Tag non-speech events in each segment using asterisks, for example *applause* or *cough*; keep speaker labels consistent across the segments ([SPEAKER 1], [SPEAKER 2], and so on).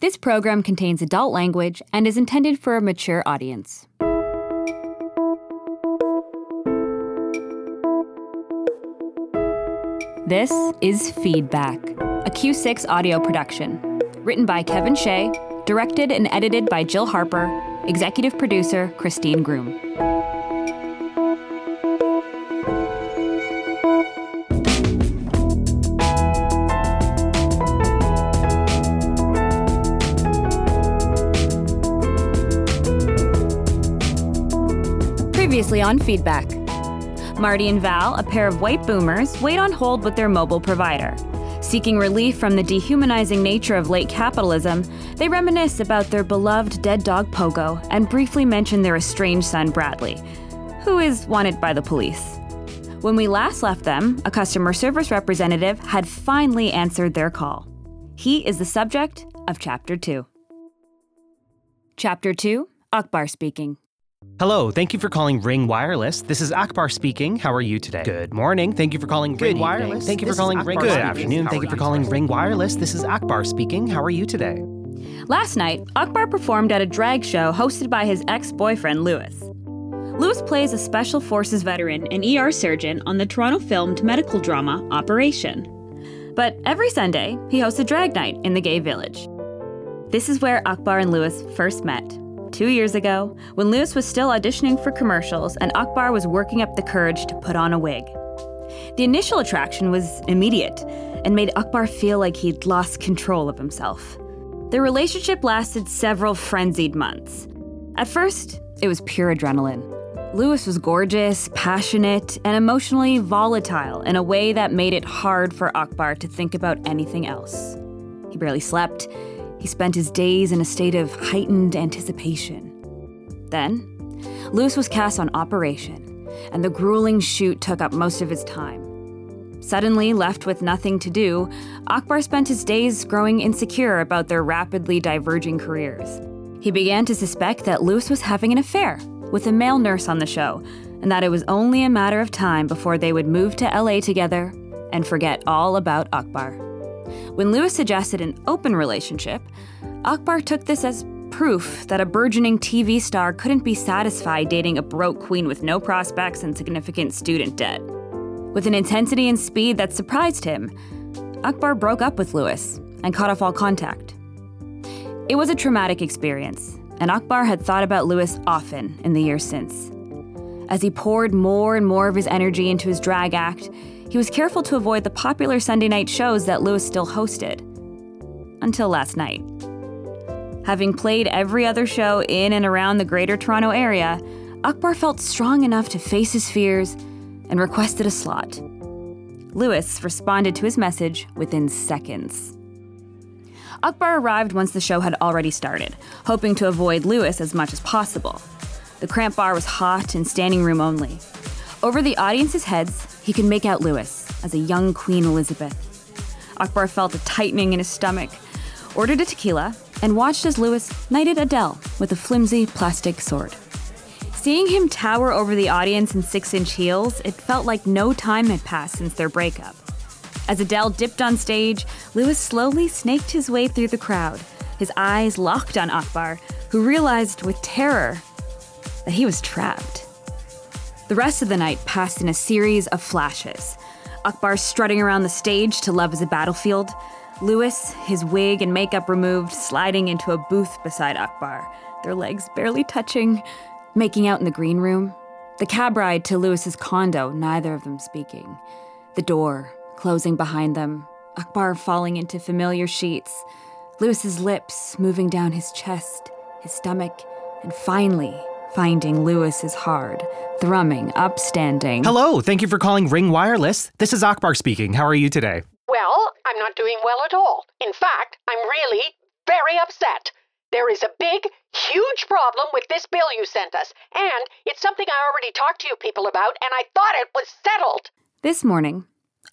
[SPEAKER 1] This program contains adult language and is intended for a mature audience. This is Feedback, a Q6 audio production, written by Kevin Shea, directed and edited by Jill Harper, executive producer Christine Groom. Previously on Feedback. Marty and Val, a pair of white boomers, wait on hold with their mobile provider. Seeking relief from the dehumanizing nature of late capitalism, they reminisce about their beloved dead dog Pogo and briefly mention their estranged son Bradley, who is wanted by the police. When we last left them, a customer service representative had finally answered their call. He is the subject of Chapter 2. Chapter 2 Akbar speaking.
[SPEAKER 2] Hello, thank you for calling Ring Wireless. This is Akbar speaking. How are you today? Good morning. Thank you for calling Ring
[SPEAKER 3] evening.
[SPEAKER 2] Wireless. Thank you
[SPEAKER 3] This
[SPEAKER 2] for
[SPEAKER 3] is
[SPEAKER 2] calling
[SPEAKER 3] Akbar
[SPEAKER 2] Ring. Good
[SPEAKER 3] speaking.
[SPEAKER 2] afternoon.
[SPEAKER 3] How
[SPEAKER 2] Thank
[SPEAKER 3] are
[SPEAKER 2] you Mm-hmm. for
[SPEAKER 3] you
[SPEAKER 2] calling
[SPEAKER 3] today?
[SPEAKER 2] Ring Wireless. This is Akbar speaking. How are you today?
[SPEAKER 1] Last night, Akbar performed at a drag show hosted by his ex boyfriend, Lewis. Lewis plays a Special Forces veteran and ER surgeon on the Toronto filmed medical drama Operation. But every Sunday, he hosts a drag night in the gay village. This is where Akbar and Lewis first met. Two years ago, when Lewis was still auditioning for commercials and Akbar was working up the courage to put on a wig. The initial attraction was immediate and made Akbar feel like he'd lost control of himself. Their relationship lasted several frenzied months. At first, it was pure adrenaline. Lewis was gorgeous, passionate, and emotionally volatile in a way that made it hard for Akbar to think about anything else. He barely slept. He spent his days in a state of heightened anticipation. Then, Lewis was cast on Operation, and the grueling shoot took up most of his time. Suddenly left with nothing to do, Akbar spent his days growing insecure about their rapidly diverging careers. He began to suspect that Lewis was having an affair with a male nurse on the show, and that it was only a matter of time before they would move to LA together and forget all about Akbar. When Lewis suggested an open relationship, Akbar took this as proof that a burgeoning TV star couldn't be satisfied dating a broke queen with no prospects and significant student debt. With an intensity and speed that surprised him, Akbar broke up with Lewis and cut off all contact. It was a traumatic experience, and Akbar had thought about Lewis often in the years since. As he poured more and more of his energy into his drag act, he was careful to avoid the popular Sunday night shows that Lewis still hosted. Until last night. Having played every other show in and around the Greater Toronto Area, Akbar felt strong enough to face his fears and requested a slot. Lewis responded to his message within seconds. Akbar arrived once the show had already started, hoping to avoid Lewis as much as possible. The cramp bar was hot and standing room only. Over the audience's heads, he could make out Lewis as a young Queen Elizabeth. Akbar felt a tightening in his stomach, ordered a tequila, and watched as Lewis knighted Adele with a flimsy plastic sword. Seeing him tower over the audience in six inch heels, it felt like no time had passed since their breakup. As Adele dipped on stage, Lewis slowly snaked his way through the crowd, his eyes locked on Akbar, who realized with terror that he was trapped. The rest of the night passed in a series of flashes. Akbar strutting around the stage to Love is a Battlefield, Lewis, his wig and makeup removed, sliding into a booth beside Akbar, their legs barely touching, making out in the green room, the cab ride to Lewis's condo, neither of them speaking, the door closing behind them, Akbar falling into familiar sheets, Lewis's lips moving down his chest, his stomach, and finally finding Lewis's hard, thrumming, upstanding.
[SPEAKER 2] Hello, thank you for calling Ring Wireless. This is Akbar speaking. How are you today?
[SPEAKER 4] Well, I'm not doing well at all. In fact, I'm really very upset. There is a big, huge problem with this bill you sent us, and it's something I already talked to you people about, and I thought it was settled.
[SPEAKER 1] This morning,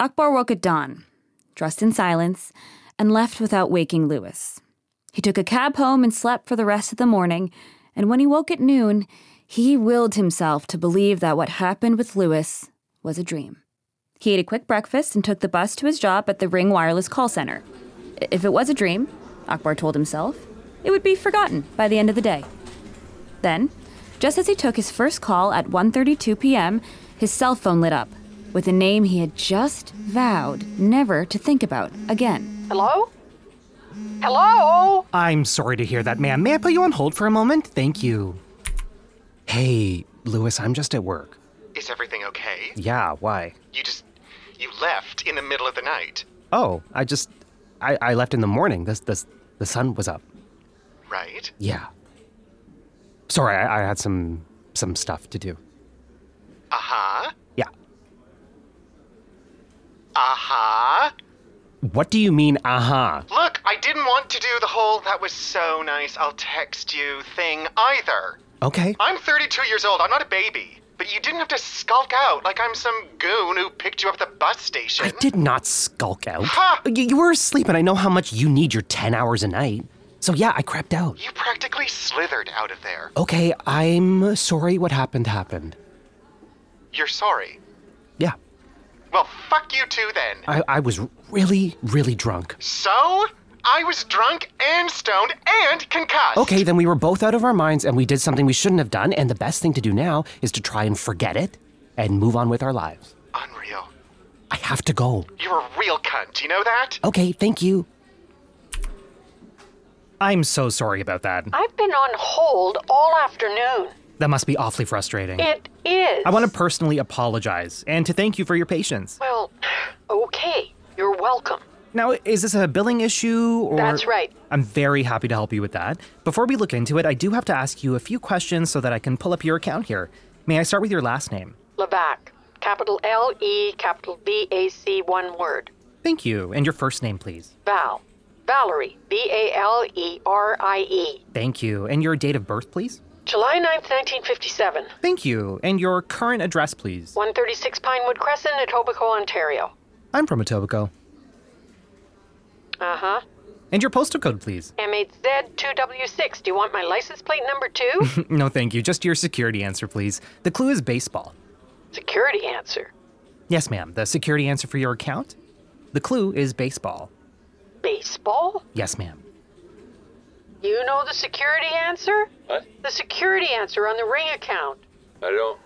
[SPEAKER 1] Akbar woke at dawn, dressed in silence, and left without waking Lewis. He took a cab home and slept for the rest of the morning, and when he woke at noon, he willed himself to believe that what happened with Lewis was a dream. He ate a quick breakfast and took the bus to his job at the Ring Wireless Call Center. I- If it was a dream, Akbar told himself. It would be forgotten by the end of the day. Then, just as he took his first call at 1:32 p.m., his cell phone lit up with a name he had just vowed never to think about again.
[SPEAKER 4] Hello? Hello?
[SPEAKER 2] I'm sorry to hear that, ma'am. May I put you on hold for a moment? Thank you. Hey, Lewis, I'm just at work.
[SPEAKER 3] Is everything okay?
[SPEAKER 2] Yeah, why?
[SPEAKER 3] You just. You left in the middle of the night.
[SPEAKER 2] Oh, I just I, I left in the morning. This this the sun was up.
[SPEAKER 3] Right?
[SPEAKER 2] Yeah. Sorry, I, I had some some stuff to do.
[SPEAKER 3] Uh huh.
[SPEAKER 2] Yeah.
[SPEAKER 3] Uh huh.
[SPEAKER 2] What do you mean, uh-huh? aha?
[SPEAKER 3] Look, I didn't want to do the whole that was so nice, I'll text you thing either.
[SPEAKER 2] Okay.
[SPEAKER 3] I'm 32 years old, I'm not a baby. But you didn't have to skulk out like I'm some goon who picked you up at the bus station.
[SPEAKER 2] I did not skulk out.
[SPEAKER 3] Ha!
[SPEAKER 2] You, you were asleep, and I know how much you need your 10 hours a night. So, yeah, I crept out.
[SPEAKER 3] You practically slithered out of there.
[SPEAKER 2] Okay, I'm sorry what happened happened.
[SPEAKER 3] You're sorry.
[SPEAKER 2] Yeah,
[SPEAKER 3] Well, fuck you too then.
[SPEAKER 2] I, I was really, really drunk.
[SPEAKER 3] So? I was drunk and stoned and concussed.
[SPEAKER 2] Okay, then we were both out of our minds, and we did something we shouldn't have done, and the best thing to do now is to try and forget it and move on with our lives.
[SPEAKER 3] Unreal.
[SPEAKER 2] I have to go.
[SPEAKER 3] You're a real cunt, you know that?
[SPEAKER 2] Okay, thank you. I'm so sorry about that.
[SPEAKER 4] I've been on hold all afternoon.
[SPEAKER 2] That must be awfully frustrating.
[SPEAKER 4] It is.
[SPEAKER 5] I want to personally apologize and to thank you for your patience.
[SPEAKER 4] Well, okay. You're welcome.
[SPEAKER 5] Now, is this a billing issue or
[SPEAKER 4] That's right.
[SPEAKER 5] I'm very happy to help you with that. Before we look into it, I do have to ask you a few questions so that I can pull up your account here. May I start with your last name?
[SPEAKER 4] Levac. Capital L E, capital B A C, one word.
[SPEAKER 5] Thank you. And your first name, please.
[SPEAKER 4] Val. Valerie. V A L E R I E.
[SPEAKER 5] Thank you. And your date of birth, please.
[SPEAKER 4] July 9th, 1957.
[SPEAKER 5] Thank you. And your current address, please.
[SPEAKER 4] 136 Pinewood Crescent, Etobicoke, Ontario.
[SPEAKER 5] I'm from Etobicoke.
[SPEAKER 4] Uh huh.
[SPEAKER 5] And your postal code, please.
[SPEAKER 4] M8Z2W6. Do you want my license plate number two?
[SPEAKER 5] No, thank you. Just your security answer, please. The clue is baseball.
[SPEAKER 4] Security answer.
[SPEAKER 5] Yes, ma'am. The security answer for your account? The clue is baseball.
[SPEAKER 4] Baseball?
[SPEAKER 5] Yes, ma'am.
[SPEAKER 4] You know the security answer?
[SPEAKER 6] What?
[SPEAKER 4] The security answer on the ring account.
[SPEAKER 6] I don't.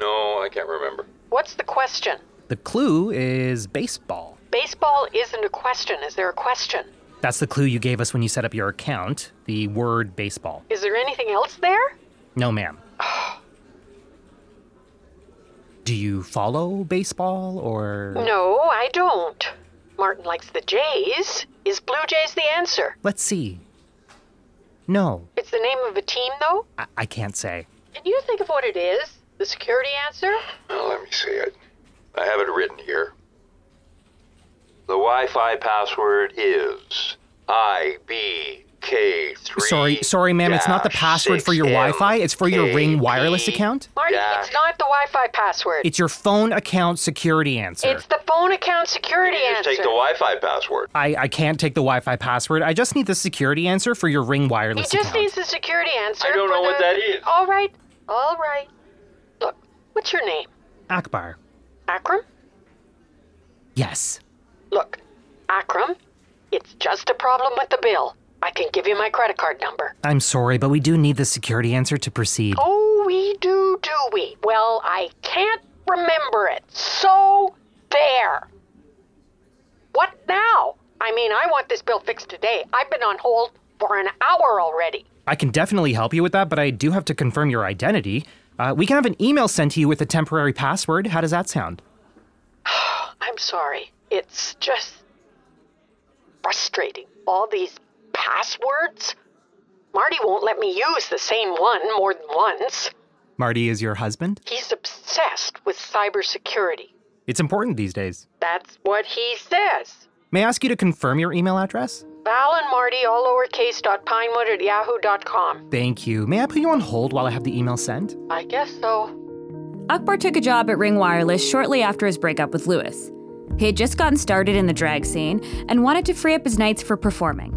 [SPEAKER 6] No, I can't remember.
[SPEAKER 4] What's the question?
[SPEAKER 5] The clue is baseball.
[SPEAKER 4] Baseball isn't a question. Is there a question?
[SPEAKER 5] That's the clue you gave us when you set up your account, the word baseball.
[SPEAKER 4] Is there anything else there?
[SPEAKER 5] No, ma'am. Do you follow baseball or.
[SPEAKER 4] No, I don't. Martin likes the Jays. Is Blue Jays the answer?
[SPEAKER 5] Let's see. No,
[SPEAKER 4] It's the name of a team, though.
[SPEAKER 5] I, I can't say.
[SPEAKER 4] Can you think of what it is? The security answer?
[SPEAKER 6] Well, let me see it. I have it written here. The Wi Fi password is IBK3.
[SPEAKER 5] Sorry, sorry, ma'am. It's not the password for your Wi Fi, it's for your Ring wireless account.
[SPEAKER 4] Martin,
[SPEAKER 6] Yeah.
[SPEAKER 4] it's not the Wi Fi password.
[SPEAKER 5] It's your phone account security answer.
[SPEAKER 4] It's the phone account security
[SPEAKER 6] Just
[SPEAKER 4] answer.
[SPEAKER 6] take the Wi Fi password.
[SPEAKER 5] I, I can't take the Wi Fi password. I just need the security answer for your Ring
[SPEAKER 4] he
[SPEAKER 5] wireless
[SPEAKER 4] just
[SPEAKER 5] account.
[SPEAKER 4] needs the security answer.
[SPEAKER 6] I don't
[SPEAKER 4] for
[SPEAKER 6] know what
[SPEAKER 4] the-
[SPEAKER 6] that is.
[SPEAKER 4] All right, all right. Look, what's your name?
[SPEAKER 5] Akbar.
[SPEAKER 4] Akram?
[SPEAKER 5] Yes.
[SPEAKER 4] Look, Akram, it's just a problem with the bill. I can give you my credit card number.
[SPEAKER 5] I'm sorry, but we do need the security answer to proceed.
[SPEAKER 4] Oh, we do, do we? Well, I can't remember it. So there. What now? I mean, I want this bill fixed today. I've been on hold for an hour already.
[SPEAKER 5] I can definitely help you with that, but I do have to confirm your identity. Uh, we can have an email sent to you with a temporary password. How does that sound?
[SPEAKER 4] I'm sorry. It's just frustrating. All these passwords. Marty won't let me use the same one more than once.
[SPEAKER 5] Marty is your husband?
[SPEAKER 4] He's obsessed with cybersecurity.
[SPEAKER 5] It's important these days.
[SPEAKER 4] That's what he says.
[SPEAKER 5] May I ask you to confirm your email address?
[SPEAKER 4] Val and Marty, all lowercase, dot pinewood at yahoo.com.
[SPEAKER 5] Thank you. May I put you on hold while I have the email sent?
[SPEAKER 4] I guess so.
[SPEAKER 1] Akbar took a job at Ring Wireless shortly after his breakup with Lewis. He had just gotten started in the drag scene and wanted to free up his nights for performing.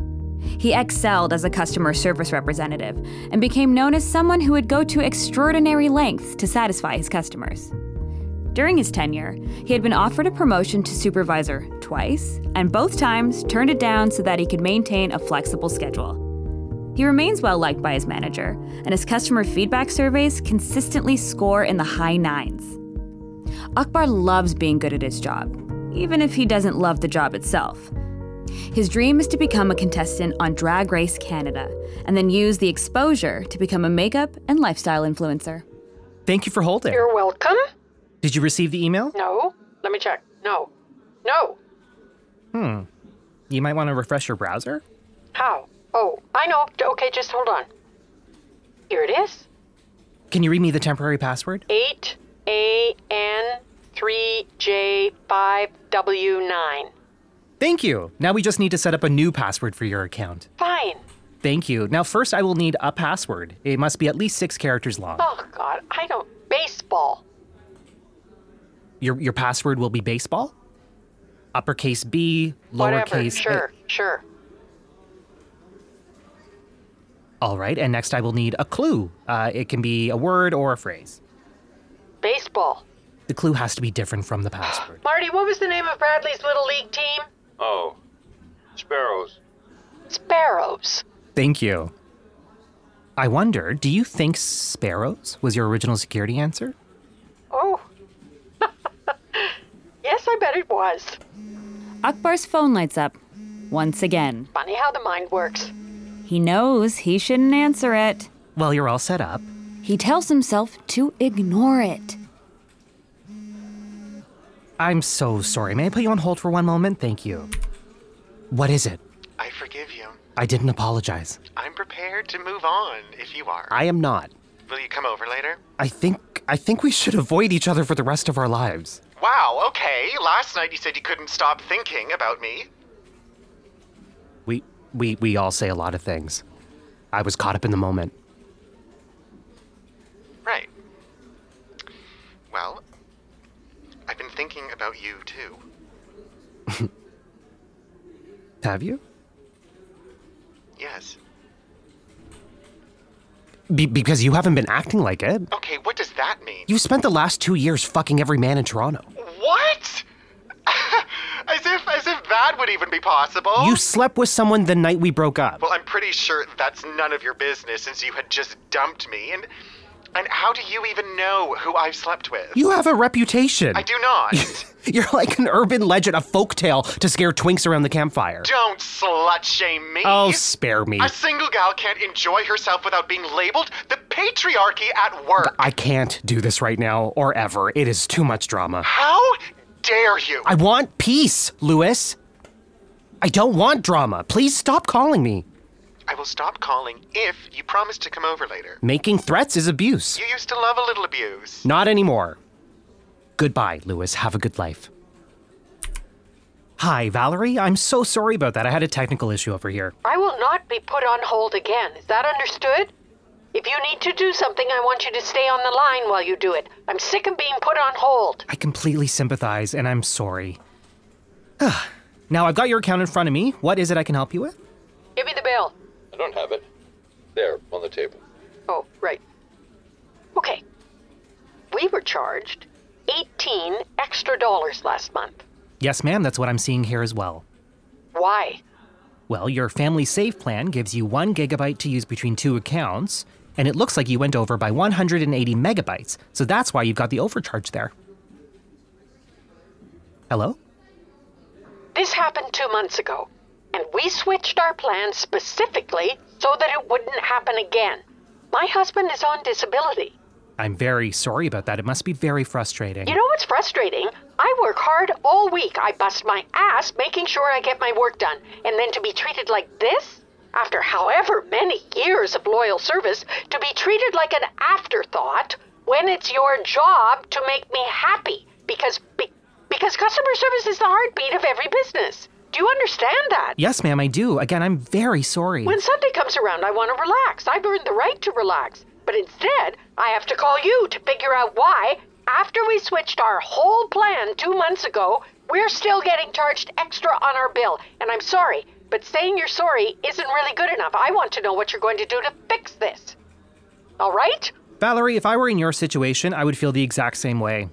[SPEAKER 1] He excelled as a customer service representative and became known as someone who would go to extraordinary lengths to satisfy his customers. During his tenure, he had been offered a promotion to supervisor twice, and both times turned it down so that he could maintain a flexible schedule. He remains well liked by his manager, and his customer feedback surveys consistently score in the high nines. Akbar loves being good at his job, even if he doesn't love the job itself. His dream is to become a contestant on Drag Race Canada and then use the exposure to become a makeup and lifestyle influencer.
[SPEAKER 5] Thank you for holding.
[SPEAKER 4] You're welcome.
[SPEAKER 5] Did you receive the email?
[SPEAKER 4] No. Let me check. No. No.
[SPEAKER 5] You might want to refresh your browser.
[SPEAKER 4] How? Oh, I know. D- Okay, just hold on. Here it is.
[SPEAKER 5] Can you read me the temporary password?
[SPEAKER 4] 8 A N 3 J 5 W 9.
[SPEAKER 5] Thank you. Now we just need to set up a new password for your account.
[SPEAKER 4] Fine.
[SPEAKER 5] Thank you. Now, first, I will need a password. It must be at least six characters long.
[SPEAKER 4] Oh, God. I don't. Baseball.
[SPEAKER 5] Your, your password will be baseball, uppercase B,
[SPEAKER 4] Whatever.
[SPEAKER 5] lowercase
[SPEAKER 4] Sure. Sure.
[SPEAKER 5] A. All right. And next, I will need a clue. Uh, it can be a word or a phrase.
[SPEAKER 4] Baseball.
[SPEAKER 5] The clue has to be different from the *gasps* password.
[SPEAKER 4] Marty, what was the name of Bradley's little league team?
[SPEAKER 6] Oh, sparrows.
[SPEAKER 4] Sparrows.
[SPEAKER 5] Thank you. I wonder, do you think sparrows was your original security answer?
[SPEAKER 4] Oh. *laughs* yes, I bet it was.
[SPEAKER 1] Akbar's phone lights up once again.
[SPEAKER 4] Funny how the mind works.
[SPEAKER 1] He knows he shouldn't answer it.
[SPEAKER 5] Well, you're all set up.
[SPEAKER 1] He tells himself to ignore it.
[SPEAKER 5] I'm so sorry. May I put you on hold for one moment? Thank you. What is it?
[SPEAKER 3] I forgive you.
[SPEAKER 5] I didn't apologize.
[SPEAKER 3] I'm prepared to move on if you are.
[SPEAKER 2] I am not.
[SPEAKER 3] Will you come over later?
[SPEAKER 2] I think I think we should avoid each other for the rest of our lives.
[SPEAKER 3] Wow, okay. Last night you said you couldn't stop thinking about me.
[SPEAKER 2] We we we all say a lot of things. I was caught up in the moment.
[SPEAKER 3] Right. Well, I've been thinking about you too.
[SPEAKER 2] Have you?
[SPEAKER 3] Yes.
[SPEAKER 2] Be- because you haven't been acting like it.
[SPEAKER 3] Okay, what does that mean?
[SPEAKER 2] You spent the last 2 years fucking every man in Toronto.
[SPEAKER 3] What? *laughs* as if as if that would even be possible.
[SPEAKER 2] You slept with someone the night we broke up.
[SPEAKER 3] Well, I'm pretty sure that's none of your business since you had just dumped me. And and how do you even know who I've slept with?
[SPEAKER 2] you have a reputation.
[SPEAKER 3] I do
[SPEAKER 2] *laughs*
[SPEAKER 3] not.
[SPEAKER 2] You're like an urban legend, a folktale to scare twinks around the campfire.
[SPEAKER 3] Don't slut shame me.
[SPEAKER 2] Oh, spare me.
[SPEAKER 3] A single gal can't enjoy herself without being labeled the patriarchy at work.
[SPEAKER 2] I can't do this right now or ever. It is too much drama.
[SPEAKER 3] How dare you?
[SPEAKER 2] I want peace, Lewis. I don't want drama. Please stop calling me.
[SPEAKER 3] I will stop calling if you promise to come over later.
[SPEAKER 2] Making threats is abuse.
[SPEAKER 3] You used to love a little abuse.
[SPEAKER 2] Not anymore. Goodbye, Lewis. Have a good life.
[SPEAKER 5] Hi, Valerie. I'm so sorry about that. I had a technical issue over here.
[SPEAKER 4] I will not be put on hold again. Is that understood? If you need to do something, I want you to stay on the line while you do it. I'm sick of being put on hold.
[SPEAKER 5] I completely sympathize and I'm sorry. *sighs* now, I've got your account in front of me. What is it I can help you with?
[SPEAKER 4] Give me the bill.
[SPEAKER 6] I don't have it. There, on the table.
[SPEAKER 4] Oh, right. Okay. We were charged 18 extra dollars last month.
[SPEAKER 5] Yes, ma'am. That's what I'm seeing here as well.
[SPEAKER 4] Why?
[SPEAKER 5] Well, your family save plan gives you one gigabyte to use between two accounts, and it looks like you went over by 180 megabytes, so that's why you've got the overcharge there. Hello?
[SPEAKER 4] This happened two months ago, and we switched our plan specifically so that it wouldn't happen again. My husband is on disability.
[SPEAKER 5] I'm very sorry about that. It must be very frustrating.
[SPEAKER 4] You know what's frustrating? I work hard all week. I bust my ass making sure I get my work done. And then to be treated like this? After however many years of loyal service, to be treated like an afterthought when it's your job to make me happy because be, because customer service is the heartbeat of every business. Do you understand that?
[SPEAKER 5] yes, ma'am, I do. Again, I'm very sorry.
[SPEAKER 4] When Sunday comes around, I want to relax. I've earned the right to relax. But instead, I have to call you to figure out why, after we switched our whole plan two months ago, we're still getting charged extra on our bill. And I'm sorry, but saying you're sorry isn't really good enough. I want to know what you're going to do to fix this. All right?
[SPEAKER 5] Valerie, if I were in your situation, I would feel the exact same way.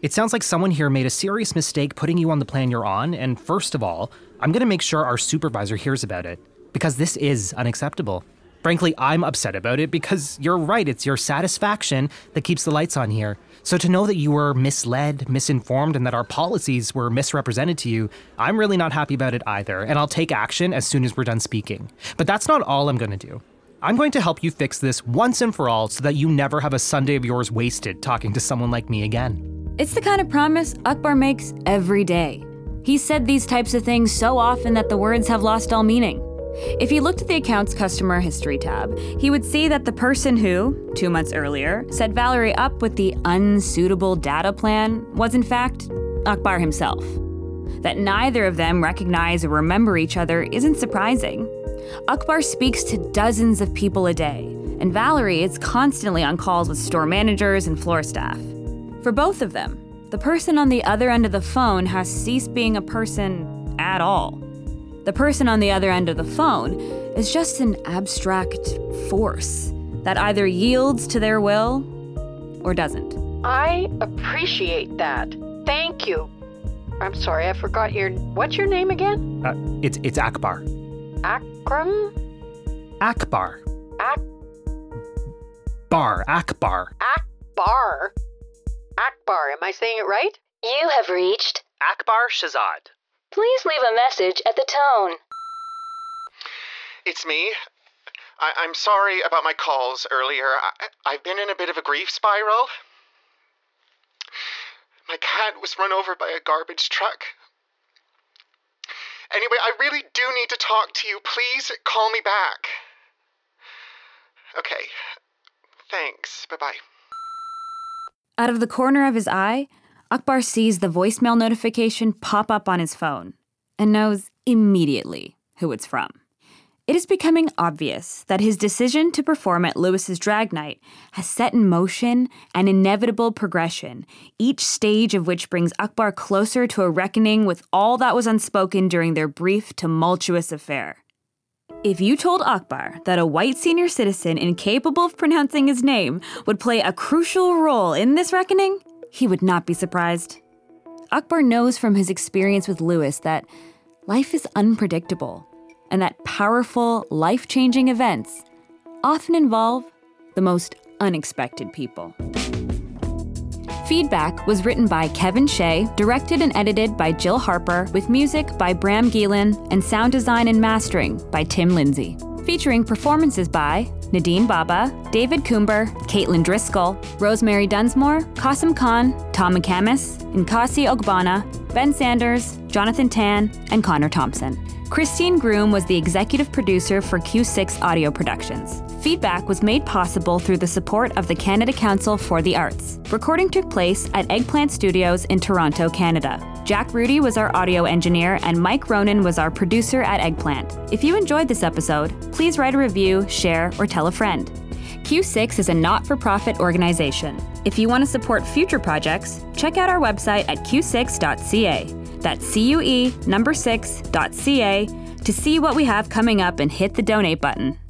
[SPEAKER 5] It sounds like someone here made a serious mistake putting you on the plan you're on, and first of all, I'm gonna make sure our supervisor hears about it, because this is unacceptable. Frankly, I'm upset about it because you're right, it's your satisfaction that keeps the lights on here. So to know that you were misled, misinformed, and that our policies were misrepresented to you, I'm really not happy about it either, and I'll take action as soon as we're done speaking. But that's not all I'm gonna do. I'm going to help you fix this once and for all so that you never have a Sunday of yours wasted talking to someone like me again.
[SPEAKER 1] It's the kind of promise Akbar makes every day. He said these types of things so often that the words have lost all meaning. If he looked at the account's customer history tab, he would see that the person who, two months earlier, set Valerie up with the unsuitable data plan was in fact Akbar himself. That neither of them recognize or remember each other isn't surprising. Akbar speaks to dozens of people a day, and Valerie is constantly on calls with store managers and floor staff. For both of them, the person on the other end of the phone has ceased being a person at all. The person on the other end of the phone is just an abstract force that either yields to their will or doesn't.
[SPEAKER 4] I appreciate that. Thank you. I'm sorry, I forgot your. What's your name again?
[SPEAKER 5] Uh, it's it's Akbar.
[SPEAKER 4] Akram?
[SPEAKER 5] Akbar.
[SPEAKER 4] Ak-
[SPEAKER 5] Bar. Akbar.
[SPEAKER 4] Akbar? Akbar, am I saying it right?
[SPEAKER 7] You have reached.
[SPEAKER 8] Akbar Shazad.
[SPEAKER 7] Please leave a message at the tone.
[SPEAKER 3] It's me. I- I'm sorry about my calls earlier. I- I've been in a bit of a grief spiral. My cat was run over by a garbage truck. Anyway, I really do need to talk to you. Please call me back. Okay. Thanks. Bye bye.
[SPEAKER 1] Out of the corner of his eye, Akbar sees the voicemail notification pop up on his phone and knows immediately who it's from. It is becoming obvious that his decision to perform at Lewis's drag night has set in motion an inevitable progression, each stage of which brings Akbar closer to a reckoning with all that was unspoken during their brief, tumultuous affair. If you told Akbar that a white senior citizen incapable of pronouncing his name would play a crucial role in this reckoning, he would not be surprised. Akbar knows from his experience with Lewis that life is unpredictable and that powerful, life changing events often involve the most unexpected people. Feedback was written by Kevin Shea, directed and edited by Jill Harper, with music by Bram Geelan, and sound design and mastering by Tim Lindsay. Featuring performances by Nadine Baba, David Coomber, Caitlin Driscoll, Rosemary Dunsmore, Qasim Khan, Tom McCamus, Nkasi Ogbana, Ben Sanders, Jonathan Tan, and Connor Thompson. Christine Groom was the executive producer for Q6 Audio Productions. Feedback was made possible through the support of the Canada Council for the Arts. Recording took place at Eggplant Studios in Toronto, Canada. Jack Rudy was our audio engineer, and Mike Ronan was our producer at Eggplant. If you enjoyed this episode, please write a review, share, or tell a friend. Q6 is a not for profit organization. If you want to support future projects, check out our website at q6.ca. That's C U E number 6.ca to see what we have coming up and hit the donate button.